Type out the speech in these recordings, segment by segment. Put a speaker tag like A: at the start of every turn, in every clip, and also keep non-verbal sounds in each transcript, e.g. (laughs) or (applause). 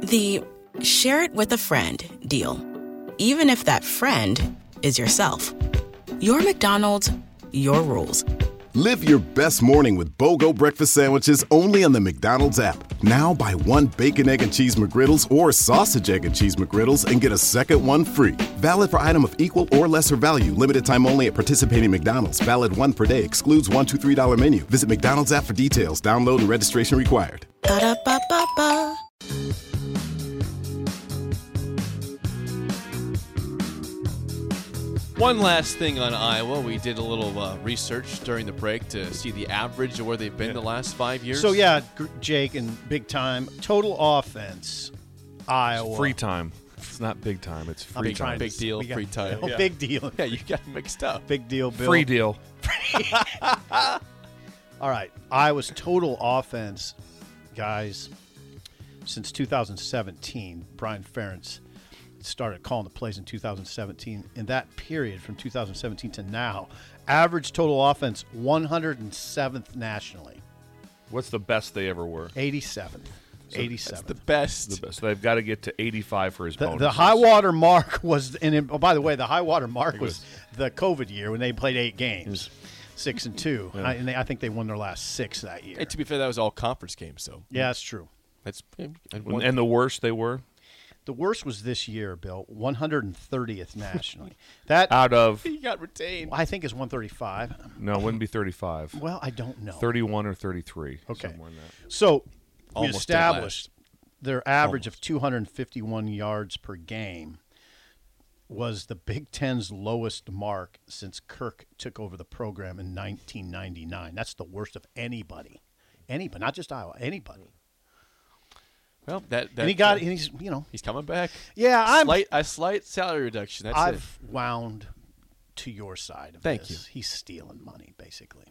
A: The share it with a friend deal, even if that friend is yourself. Your McDonald's, your rules.
B: Live your best morning with BOGO breakfast sandwiches only on the McDonald's app. Now buy one bacon, egg, and cheese McGriddles or sausage, egg, and cheese McGriddles and get a second one free. Valid for item of equal or lesser value. Limited time only at participating McDonald's. Valid one per day. Excludes one, two, three dollar menu. Visit McDonald's app for details. Download and registration required.
A: Ba-da-ba-ba-ba.
C: One last thing on Iowa. We did a little uh, research during the break to see the average of where they've been the last five years.
D: So yeah, Gr- Jake and big time total offense, Iowa.
E: Free time. It's not big time. It's
D: I'm
E: free
D: trying
E: time.
D: to-
C: Big deal,
D: we got- (laughs)
C: free time.
D: Oh,
C: Yeah.
D: Big deal.
C: (laughs) Yeah, you got mixed up.
D: Big deal. Bill.
E: Free deal.
D: All right. Iowa's total offense, guys, since 2017, Brian Ferentz started calling the plays in 2017. In that period from 2017 to now, average total offense 107th nationally,
E: What's the best they ever were?
D: 87th. 87th.
C: That's the best.
E: The best. They've got to get to 85 for his
D: The,
E: bonus.
D: the high water mark (laughs) was, and it, oh, by the way, the high water mark was, the COVID year when they played eight games, six and two, I, and they, I think they won their last six that year.
C: Hey, to be fair, that was all conference games, so
D: yeah, that's true.
C: that's and one-
E: And the worst they were
D: The worst was this year, Bill, 130th nationally. that
E: out
C: (laughs)
E: of
C: he got retained.
D: I think is 135.
E: no, it wouldn't be 35.
D: Well, I don't know.
E: 31 or 33.
D: Okay.
E: Somewhere in that.
D: So we
C: Almost dead
D: established their average of 251 yards per game was the Big Ten's lowest mark since Kirk took over the program in 1999. That's the worst of anybody, anybody, not just Iowa, anybody.
C: Well, that, that
D: and he got, and he's, you know,
C: He's coming back.
D: yeah, I'm,
C: slight a slight salary reduction. That's it.
D: I've wound to your side of
C: Thank
D: this. He's stealing money, basically.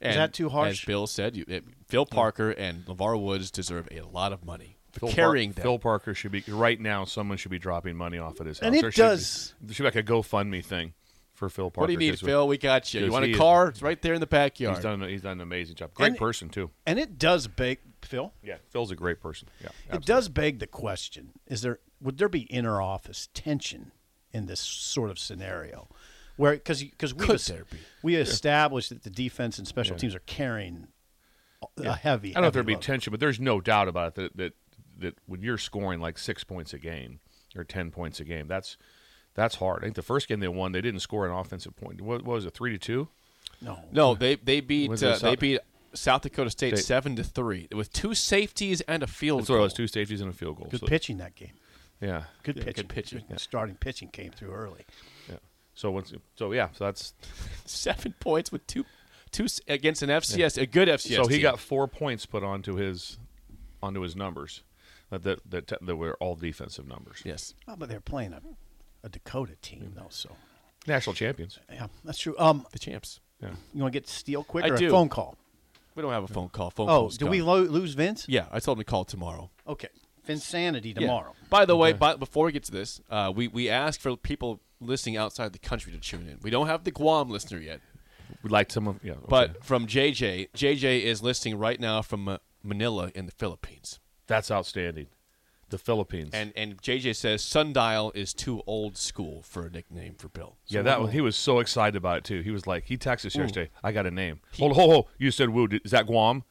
C: And
D: that too harsh?
C: As Bill said, you, it, Phil Parker and LeVar Woods deserve a lot of money for
E: Phil Par-
C: carrying them.
E: Phil Parker should be right now. Someone should be dropping money off at his house.
D: And it
E: There should be-
D: does.
E: there should be like a GoFundMe thing for Phil Parker.
C: what do you need,
E: 'cause
C: Phil? We got you. You
E: because
C: want
E: he
C: a
E: is-
C: car? It's right there in the backyard.
E: He's done. He's done an amazing job. Great
D: And-
E: person too.
D: And it does beg, Phil.
E: Yeah, Phil's a great person. Yeah,
D: It does beg the question: Is there would there be inner office tension in this sort of scenario, where because because we
C: Could there be?
D: we established that the defense and special teams are carrying a heavy.
E: I don't know if there'd
D: heavy
E: be
D: load.
E: tension, but there's no doubt about it that that, that when you're scoring like six points a game or ten points a game, that's that's hard. I think the first game they won, they didn't score an offensive point. What, what was it? Three to two.
D: No,
C: No, they they beat
E: Was it
C: uh, they
E: South-
C: beat South Dakota State
E: State.
C: seven to three with two safeties and a field
E: That's what it
C: goal.
E: was. Two safeties and a field goal.
D: good
E: So-
D: pitching that game.
E: Yeah.
D: Good
C: Yeah, good
D: pitching.
C: pitching, yeah.
D: Starting pitching came through early.
E: Yeah. So once. So yeah. So that's
C: (laughs) Seven points with two two s- against an FCS a good FCS.
E: so he
C: team.
E: got four points put onto his onto his numbers that that that, that were all defensive numbers.
C: yes.
D: Oh, but they're playing a, a Dakota
C: Mm-hmm.
D: team though, so
E: National champions.
D: yeah, that's true. Um,
C: The champs.
E: Yeah.
D: you want to get steel quick
C: I
D: or
C: do.
D: a phone call?
C: We don't have a phone call. Phone
D: Oh,
C: calls
D: do
C: gone.
D: we lo- lose Vince?
C: Yeah, I told him to call tomorrow.
D: Okay, Vince Sanity
C: Yeah.
D: tomorrow.
C: By the way, by, before we get to this, uh, we we ask for people listening outside the country to tune in. We don't have the Guam listener yet,
E: We'd like some of yeah. okay.
C: but from JJ, JJ is listening right now from uh, Manila in the Philippines,
E: that's outstanding. The Philippines.
C: and and JJ says Sundial is too old school for a nickname for Bill.
E: yeah, that one, he was so excited about it too. He was like, he texted us yesterday. I got a name. hold, hold, hold. You said Woo. Is that Guam?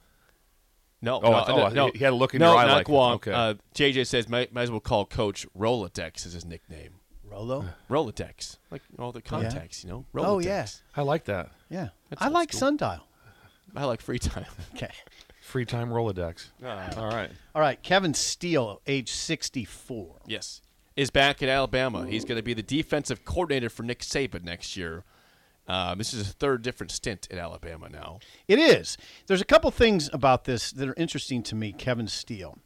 C: No,
E: Oh,
C: no,
E: I thought-
C: no,
E: oh, I-
C: no.
E: he had a look in
C: no,
E: your eye
C: not
E: like that.
C: Guam.
E: Okay.
C: Uh, JJ says might, might as well call Coach Rolodex as his nickname.
D: Rolo.
C: Rolodex, like all the contacts, Uh, you know. Rolodex.
D: Oh, yeah.
E: I like that.
D: Yeah.
C: That's
D: I
C: old
D: like
C: school.
D: Sundial.
C: I like free time. (laughs)
D: Okay.
E: Free time Rolodex. All right.
D: All right. Kevin Steele, age 64.
C: Yes. Is back at Alabama. He's going to be the defensive coordinator for Nick Saban next year. Um, this is his third different stint at Alabama now.
D: It is. There's a couple things about this that are interesting to me, Kevin Steele.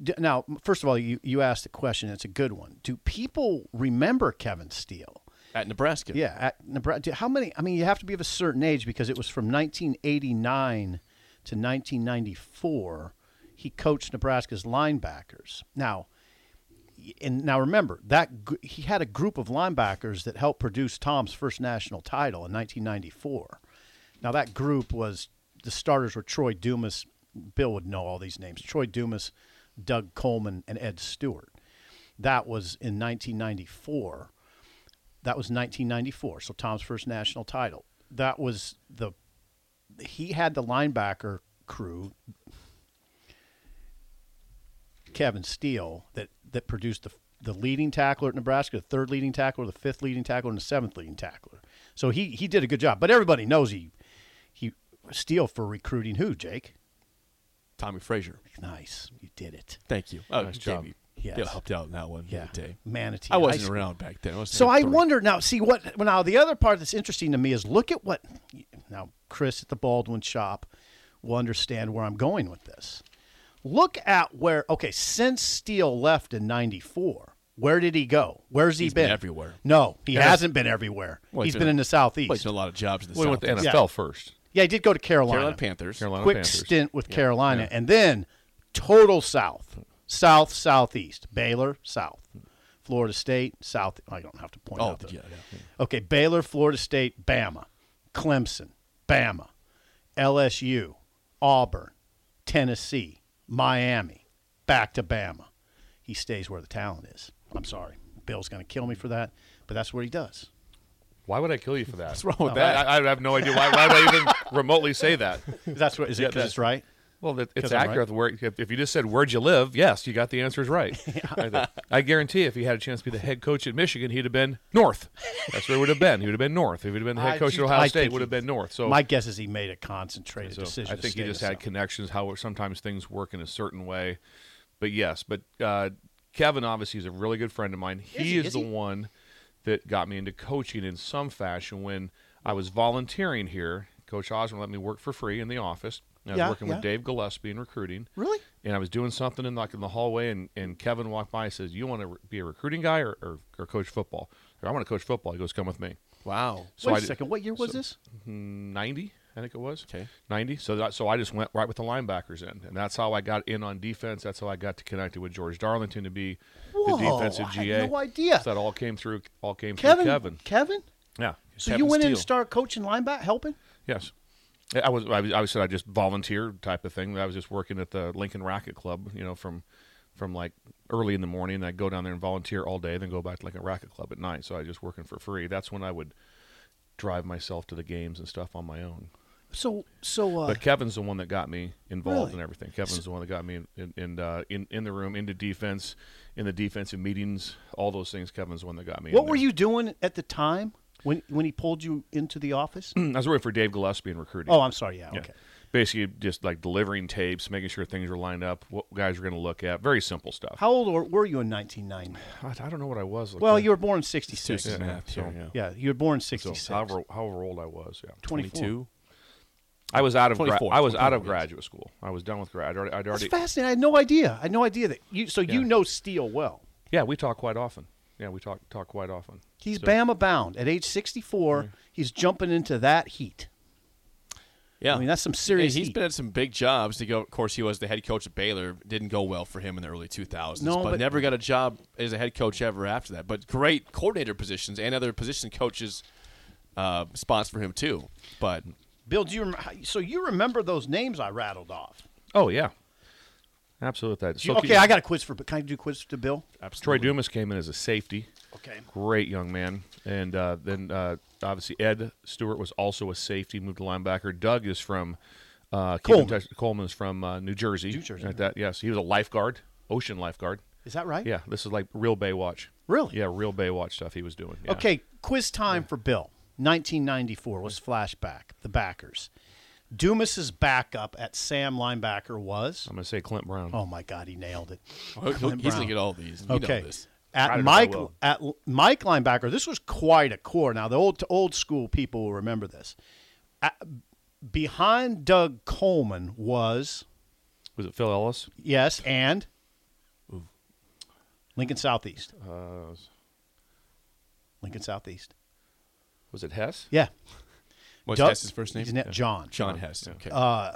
D: D- Now, first of all, you, you asked a question. It's a good one. Do people remember Kevin Steele?
C: At Nebraska.
D: Yeah. At Nebraska, how many? I mean, you have to be of a certain age because it was from 1989 to 1994. He coached Nebraska's linebackers. Now, and now remember that gr- he had a group of linebackers that helped produce Tom's first national title in 1994. Now that group was the starters were Troy Dumas. Bill would know all these names. Troy Dumas, Doug Coleman and Ed Stewart. That was in 1994. That was 1994. So Tom's first national title. That was the he had the linebacker crew Kevin Steele that that produced the the leading tackler at Nebraska, the third leading tackler, the fifth leading tackler, and the seventh leading tackler. So he he did a good job. But everybody knows he he Steele for recruiting who Jake?
C: Tommy Frazier.
D: Nice, you did it.
C: Thank you. Oh,
E: Nice job.
C: Jamie
D: Yes.
C: yeah, helped out in that one
D: Yeah,
C: the other day.
D: Manatee.
C: I
D: High
C: wasn't
D: School.
C: around back then. I was
D: So
C: like
D: I
C: three.
D: wonder now. See what well, now the other part that's interesting to me is look at what now Chris at the Baldwin shop will understand where I'm going with this. Look at where okay since Steele left in '94, where did he go? Where's he
C: He's been everywhere.
D: No, he hasn't been everywhere.
C: Well,
D: he's
C: he's
D: been,
C: been-
D: in the southeast.
C: Well, he's done a lot of jobs in the
E: We went to
C: Southeast.
E: NFL first.
D: yeah, he did go to Carolina.
C: Carolina Panthers.
E: Carolina
D: Quick
E: Panthers.
D: stint with Carolina, and then total south, south southeast. Baylor south, Florida State south. I don't have to point
C: Oh,
D: out the-
C: yeah, yeah.
D: Okay, Baylor, Florida State, Bama, Clemson, Bama, LSU, Auburn, Tennessee, Miami, back to Bama. He stays where the talent is. I'm sorry. Bill's going to kill me for that, but that's what he
E: (laughs)
D: does.
E: Why would I kill you for that? What's
C: wrong with that?
E: I, I have no idea. Why, why would I even remotely say that?
D: That's what is it 'cause
E: that-
D: it's right?
E: Well, that, it's
D: 'Cause I'm
E: accurate. Where if, if you just said where'd you live, yes, you got the answers right. I, think- I guarantee if he had a chance to be the head coach at Michigan, he'd have been north. That's where he would have been. He would have been north. If he'd have been the head
D: I
E: coach
D: just-
E: at Ohio
D: I
E: State,
D: think
E: would have
D: he-
E: been north. So
D: My guess is he made a concentrated
E: So
D: decision.
E: I
D: to
E: think he
D: stay
E: just
D: in the
E: had
D: South.
E: connections, how sometimes things work in a certain way. But yes, but uh, Kevin obviously is a really good friend of mine. He is,
D: he? Is
E: the
D: he?
E: one that got me into coaching in some fashion when I was volunteering here. Coach Osmond let me work for free in the office. And I was
D: Yeah,
E: working
D: yeah.
E: with Dave Gillespie in recruiting.
D: Really?
E: And I was doing something in like in the hallway, and, and Kevin walked by and says, "You want to re- be a recruiting guy or, or, or coach football?" I want to coach football. He goes, "Come with me."
C: Wow.
E: So
D: Wait
E: I
D: a
E: did-
D: second. What year was this?
E: 90 i think it was
C: Okay.
E: 90 so that, so i just went right with the linebackers in and that's how i got in on defense that's how i got to connected with george darlington to be
D: Whoa,
E: the defensive
D: I had
E: ga
D: no idea.
E: so that all came through all came
D: Kevin.
E: through kevin
D: Kevin?
E: yeah
D: So
C: Kevin
D: you went in and
C: Steele.
D: started coaching linebacker, helping?
E: yes I was, I was i said i just volunteered type of thing i was just working at the lincoln racket club you know from from like early in the morning and i'd go down there and volunteer all day then go back to like a racket club at night so i was just working for free that's when i would drive myself to the games and stuff on my own
D: So, so uh,
E: But Kevin's the one that got me involved
D: Really?
E: in everything. Kevin's the one that got me in in in, uh, in in the room, into defense, in the defensive meetings, all those things. Kevin's the one that got me.
D: what
E: in
D: were
E: there.
D: you doing at the time when when he pulled you into the office?
C: Mm.
E: I was working for Dave Gillespie in recruiting.
D: oh, I'm sorry. Yeah.
E: Yeah.
D: Okay.
E: Basically, just like delivering tapes, making sure things were lined up, what guys were going to look at, very simple stuff.
D: How old were- were you in 1990?
E: I, I don't know what I was.
D: Well, you were born in 66.
C: Six and a half.
E: so,
C: here,
E: yeah.
D: Yeah, you were born in
E: So
D: 66.
E: however, however old I was, yeah.
D: 24.
C: 22.
E: I was out of gra-
C: 24,
E: I was out
C: 24,
E: of
C: yes.
E: graduate school. I was done with grad. I'd already, I'd
D: That's
E: already
D: fascinating. I had no idea. I had no idea that you. So you
E: Yeah.
D: know Steele well.
E: yeah. We talk quite often. Yeah, we talk talk quite often.
D: He's
E: So-
D: Bama bound at age 64.
C: Mm.
D: He's jumping into that heat.
C: Yeah.
D: I mean, that's some
C: Yeah,
D: serious.
C: He's
D: heat.
C: been at some big jobs. To go, of course, he was the head coach at Baylor. Didn't go well for him in the early 2000s.
D: No, but-
C: never got a job as a head coach ever after that. But great coordinator positions and other position coaches uh, spots for him too. But
D: Bill, do you rem- so you remember those names I rattled off?
E: Oh yeah, absolutely. That. So
C: E.
D: okay, I got a quiz for. Can I do quiz to Bill?
E: Troy Dumas came in as a safety,
D: Okay.
E: great young man, and uh, then uh, obviously Ed Stewart was also a safety, moved to linebacker. Doug is from uh, keep in
D: Coleman.
E: touch- Coleman's from uh, New Jersey. New
D: Jersey.
E: that, yes, he was a lifeguard, ocean lifeguard.
D: Is that right?
E: Yeah, this is like real Baywatch.
D: Really?
E: Yeah, real Baywatch stuff he was doing. yeah.
D: Okay, quiz time for Bill. 1994 was flashback. The backers. Dumas's backup at Sam linebacker was.
E: I'm gonna say Clint Brown.
D: Oh my God, he nailed it.
C: he'll- he'll- he's going to get all these. You
D: Okay.
C: know this.
E: I
D: At
E: don't know if I
D: Mike
E: will.
D: at L- Mike linebacker, this was quite a core. Now the old old school people will remember this. At- behind Doug Coleman was
E: Was it Phil Ellis?
D: yes and Lincoln Southeast.
E: Uh,
D: Lincoln Southeast.
E: was it Hess?
D: Yeah.
C: What's
D: Doug-
C: Hess's first name?
D: Isn't it John?
C: John Hess. Okay.
D: Uh,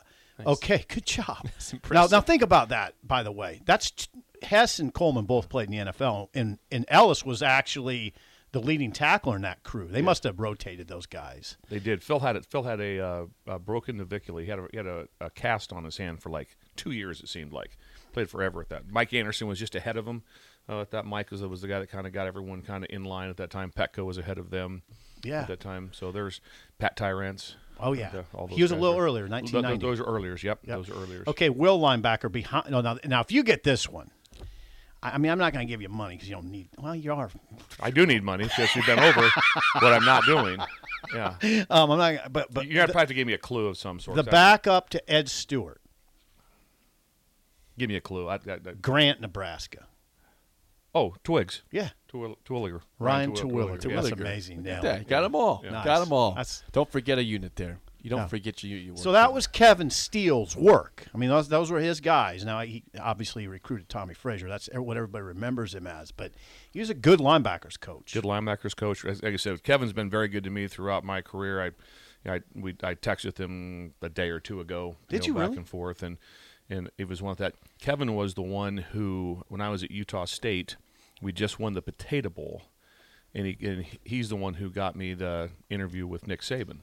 D: Okay,
C: (laughs)
D: good job. now,
C: impressive.
D: now think about that. By the way, that's Hess and Coleman both played in the NFL, and and Ellis was actually the leading tackler in that crew. They must have rotated those guys.
E: They did. Phil had it. Phil had a, uh, a broken navicular. He had a, he had a, a cast on his hand for like two years. It seemed like played forever at that. Mike Anderson was just ahead of him uh, at that. Mike was, was the guy that kind of got everyone kind of in line at that time. Petco was ahead of them
D: Yeah.
E: at that time. So there's Pat Tyrants.
D: Oh, yeah.
E: Uh, all those
D: He was a
E: guys
D: little
E: were-
D: earlier,
E: Th-
D: 1990.
E: Those are earlier. Yep,
D: Yep.
E: those are earlier.
D: Okay, Will linebacker behind. No, now, now if you get this one, I, I mean, I'm not going to give you money because you don't need. Well,
C: (laughs)
D: you are.
E: I do need money because you've
D: (laughs)
E: been over what I'm not doing. Yeah, you're
D: Um, I'm not. But but
E: gonna probably have to give me a clue of some sort.
D: the
E: So,
D: backup to Ed Stewart,
E: Give me a clue. I, I, I,
D: Grant, Nebraska.
E: oh, Twigs.
D: Yeah,
E: Twil- Twilliger.
D: Ryan
E: Twil-
D: Terwilliger.
E: yeah.
D: That's
C: Terwilliger.
D: amazing.
C: Yeah,
D: Now.
C: got them all.
E: Yeah.
C: Got 'em Got
D: Nice.
C: them all.
D: That's-
C: Don't forget a unit there. You don't
D: No.
C: forget you. you
D: So
C: work
D: that
C: for.
D: was Kevin Steele's work. I mean, those, those were his guys. Now, he obviously he recruited Tommy Frazier. That's e, what everybody remembers him as. But he was a good linebackers coach.
E: Good linebackers coach. As- Like I said, Kevin's been very good to me throughout my career. I, I, we, I texted him a day or two ago.
D: Did you
E: back
D: really?
E: and forth, and and it was one of that. Kevin was the one who, when I was at Utah State, we just won the Potato Bowl, and he and he's the one who got me the interview with Nick Saban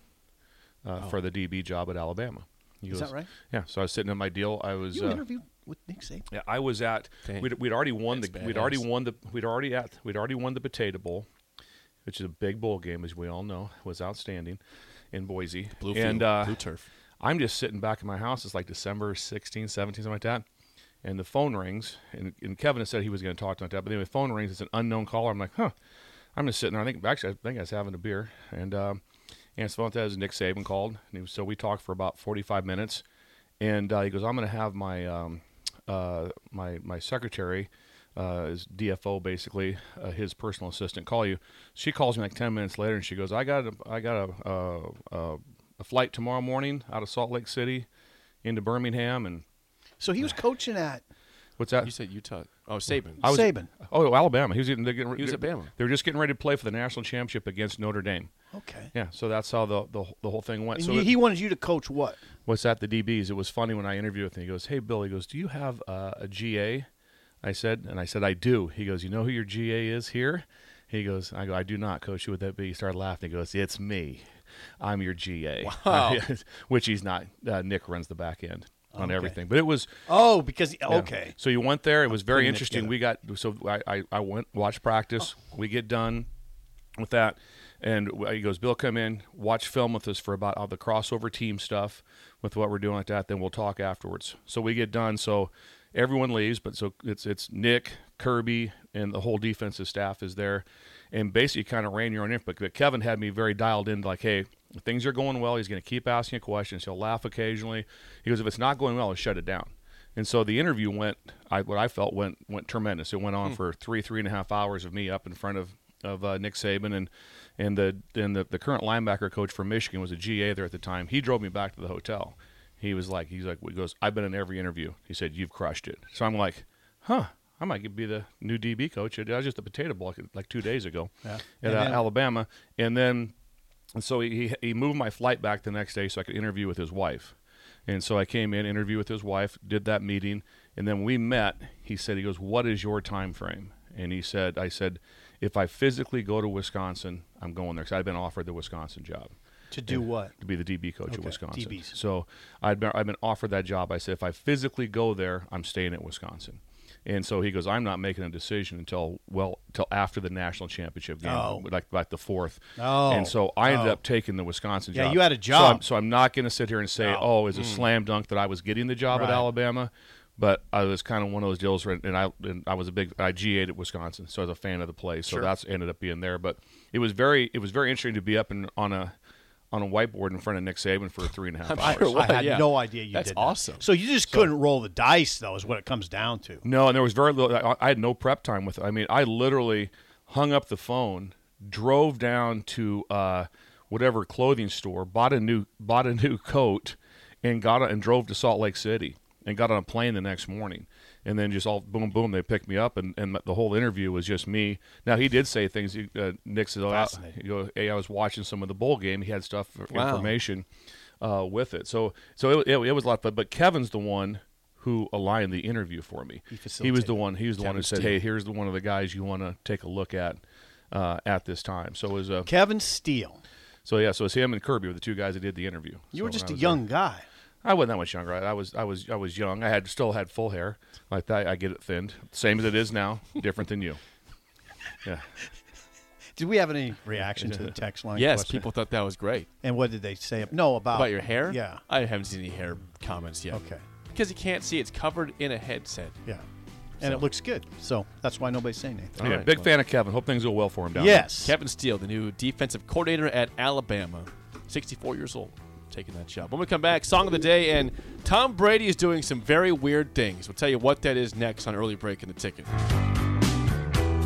E: uh, for the DB job at Alabama. He
D: Oh. Is that right?
E: Yeah. So I was sitting at my deal. I was
D: You
E: uh,
D: interviewed with Nick Saban.
E: yeah, I was at.
C: Dang.
E: We'd, we'd already won the.
C: That's
E: We'd already
C: badass.
E: won the. We'd already at. We'd already won the Potato Bowl, which is a big bowl game, as we all know, was outstanding, in Boise.
C: Blue
E: and
C: field,
E: uh,
C: blue turf.
E: I'm just sitting back in my house. It's like December 16, 17, something like that. And the phone rings, and, and Kevin had said he was going to talk to me like that. But then the phone rings. It's an unknown caller. I'm like, huh. I'm just sitting there. I think actually, I think I was having a beer, and um, and so that was Nick Saban called. And he was, so we talked for about 45 minutes, and uh, he goes, "I'm going to have my um, uh, my my secretary, uh, is DFO basically, uh, his personal assistant, call you." She calls me like 10 minutes later, and she goes, "I got a, I got a, uh uh a flight tomorrow morning out of Salt Lake City into Birmingham, and
D: So
E: (laughs)
D: he was coaching at
E: what's that?"
C: You said Utah. Oh, Saban.
E: I was-
D: Saban.
E: Oh, Alabama. He was getting. They're getting
C: He was at Bama.
E: They were just getting ready to play for the national championship against Notre Dame.
D: Okay.
E: (laughs) Yeah, so that's how the the, the whole thing went.
D: And
E: So
D: he,
E: it-
D: he wanted you to coach what?
E: what's at the DBs. It was funny when I interviewed with him. He goes, "Hey Bill," he goes, "Do you have uh, a GA?" I said, and I said, "I do." He goes, "You know who your GA is here?" He goes, "I go, I do not, coach. Who would that be?" He started laughing. He goes, "It's me. I'm your GA." Wow. (laughs) Which he's not. Uh, Nick runs the back end on everything, but it was
D: Oh, because
E: yeah.
D: okay.
E: So you went there. It was very
D: putting it
E: interesting. We got so I, I, I went watched practice.
D: Oh.
E: We get done with that, and w- he goes, Bill, come in, watch film with us for about all the crossover team stuff with what we're doing like that. Then we'll talk afterwards. So we get done. So everyone leaves, but so it's it's Nick Kirby and the whole defensive staff is there, and basically kind of ran your own input. But Kevin had me very dialed in, like, hey. Things are going well. He's going to keep asking you questions. He'll laugh occasionally. He goes, if it's not going well, he'll shut it down. And so the interview went, I, what I felt went went tremendous. It went on for three three and a half hours of me up in front of of uh, Nick Saban and and the and the, the current linebacker coach for Michigan was a GA there at the time. He drove me back to the hotel. He was like, he's like, he goes, I've been in every interview. He said, you've crushed it. So I'm like, huh. I might get- be the new DB coach. I was just a potato block like two days ago at uh, Alabama, and then and so he, he he moved my flight back the next day so I could interview with his wife. And so I came in, interviewed with his wife, did that meeting, and then we met. He said, he goes, "What is your time frame?" And he said, "I said, if I physically go to Wisconsin, I'm going there because I've been offered the Wisconsin job
D: To do what?
E: to be the DB coach at
D: Okay,
E: Wisconsin.
D: DBs.
E: So I'd been, I've been offered that job. I said, if I physically go there, I'm staying at Wisconsin. And so he goes, I'm not making a decision until well, till after the national championship game,
D: Oh.
E: like like the fourth.
D: Oh.
E: And so I ended
D: Oh.
E: up taking the Wisconsin
D: Yeah,
E: job.
D: you had a
E: So
D: job.
E: I'm- So I'm, not going to sit here and say, oh, it's a slam dunk that I was getting the job
D: Mm. Right.
E: at Alabama. But I was kind of one of those deals, where, and I and I was a big I GA'd at Wisconsin, so I was a fan of the place. So that's ended up being there. But it was very it was very interesting to be up and on a on a whiteboard in front of Nick Saban for three and a half hours.
C: sure. Wow,
D: (laughs) I had
C: yeah.
D: no idea you
C: That's
D: did that.
C: awesome.
D: So you just couldn't roll the dice, though, is what it comes down to.
E: No, and there was very little. I, I had no prep time with it. I mean, I literally hung up the phone, drove down to uh, whatever clothing store, bought a new (laughs) bought a new coat, and got a, and drove to Salt Lake City and got on a plane the next morning. And then just all boom, boom, they picked me up, and, and the whole interview was just me. Now he did say things. he- Uh, Nick said, "Oh, I-
D: Fascinating.
E: you know, "Hey, I was watching some of the bowl game. He had stuff
C: Wow.
E: information uh, with it. So so it, it, it was a lot of fun. But Kevin's the one who aligned the interview for me. He, was the one. He was the one who said, "Hey, here's the one of the guys you want to take a look at uh, at this time." So it was uh,
D: Kevin Steele.
E: so yeah. So it's him and Kirby were the two guys that did the interview.
D: You
E: So
D: were
E: when
D: just
E: I
D: a
E: was
D: young guy.
E: there- I wasn't that much younger. I, I was I was I was young. I had still had full hair like that. I get it thinned, same as it is now. Different than you. Yeah.
D: Did we have any reaction
E: (laughs)
D: to the text line?
C: Yes,
D: question?
C: people thought that was great.
D: And what did they say? No, about
C: About your hair?
D: Uh,
C: Uh,
D: Yeah.
C: I haven't seen any hair comments yet.
D: Okay.
C: Because you can't see, it's covered in a headset.
D: Yeah. And it looks good, so that's why nobody's saying anything.
C: All
E: yeah
C: right,
E: big
C: well-
E: fan of Kevin. Hope things go well for him down there.
D: Yes.
C: Kevin Steele, the new defensive coordinator at Alabama, 64 years old, taking that job. When we come back, song of the day, and Tom Brady is doing some very weird things. We'll tell you what that is next on early break in the ticket.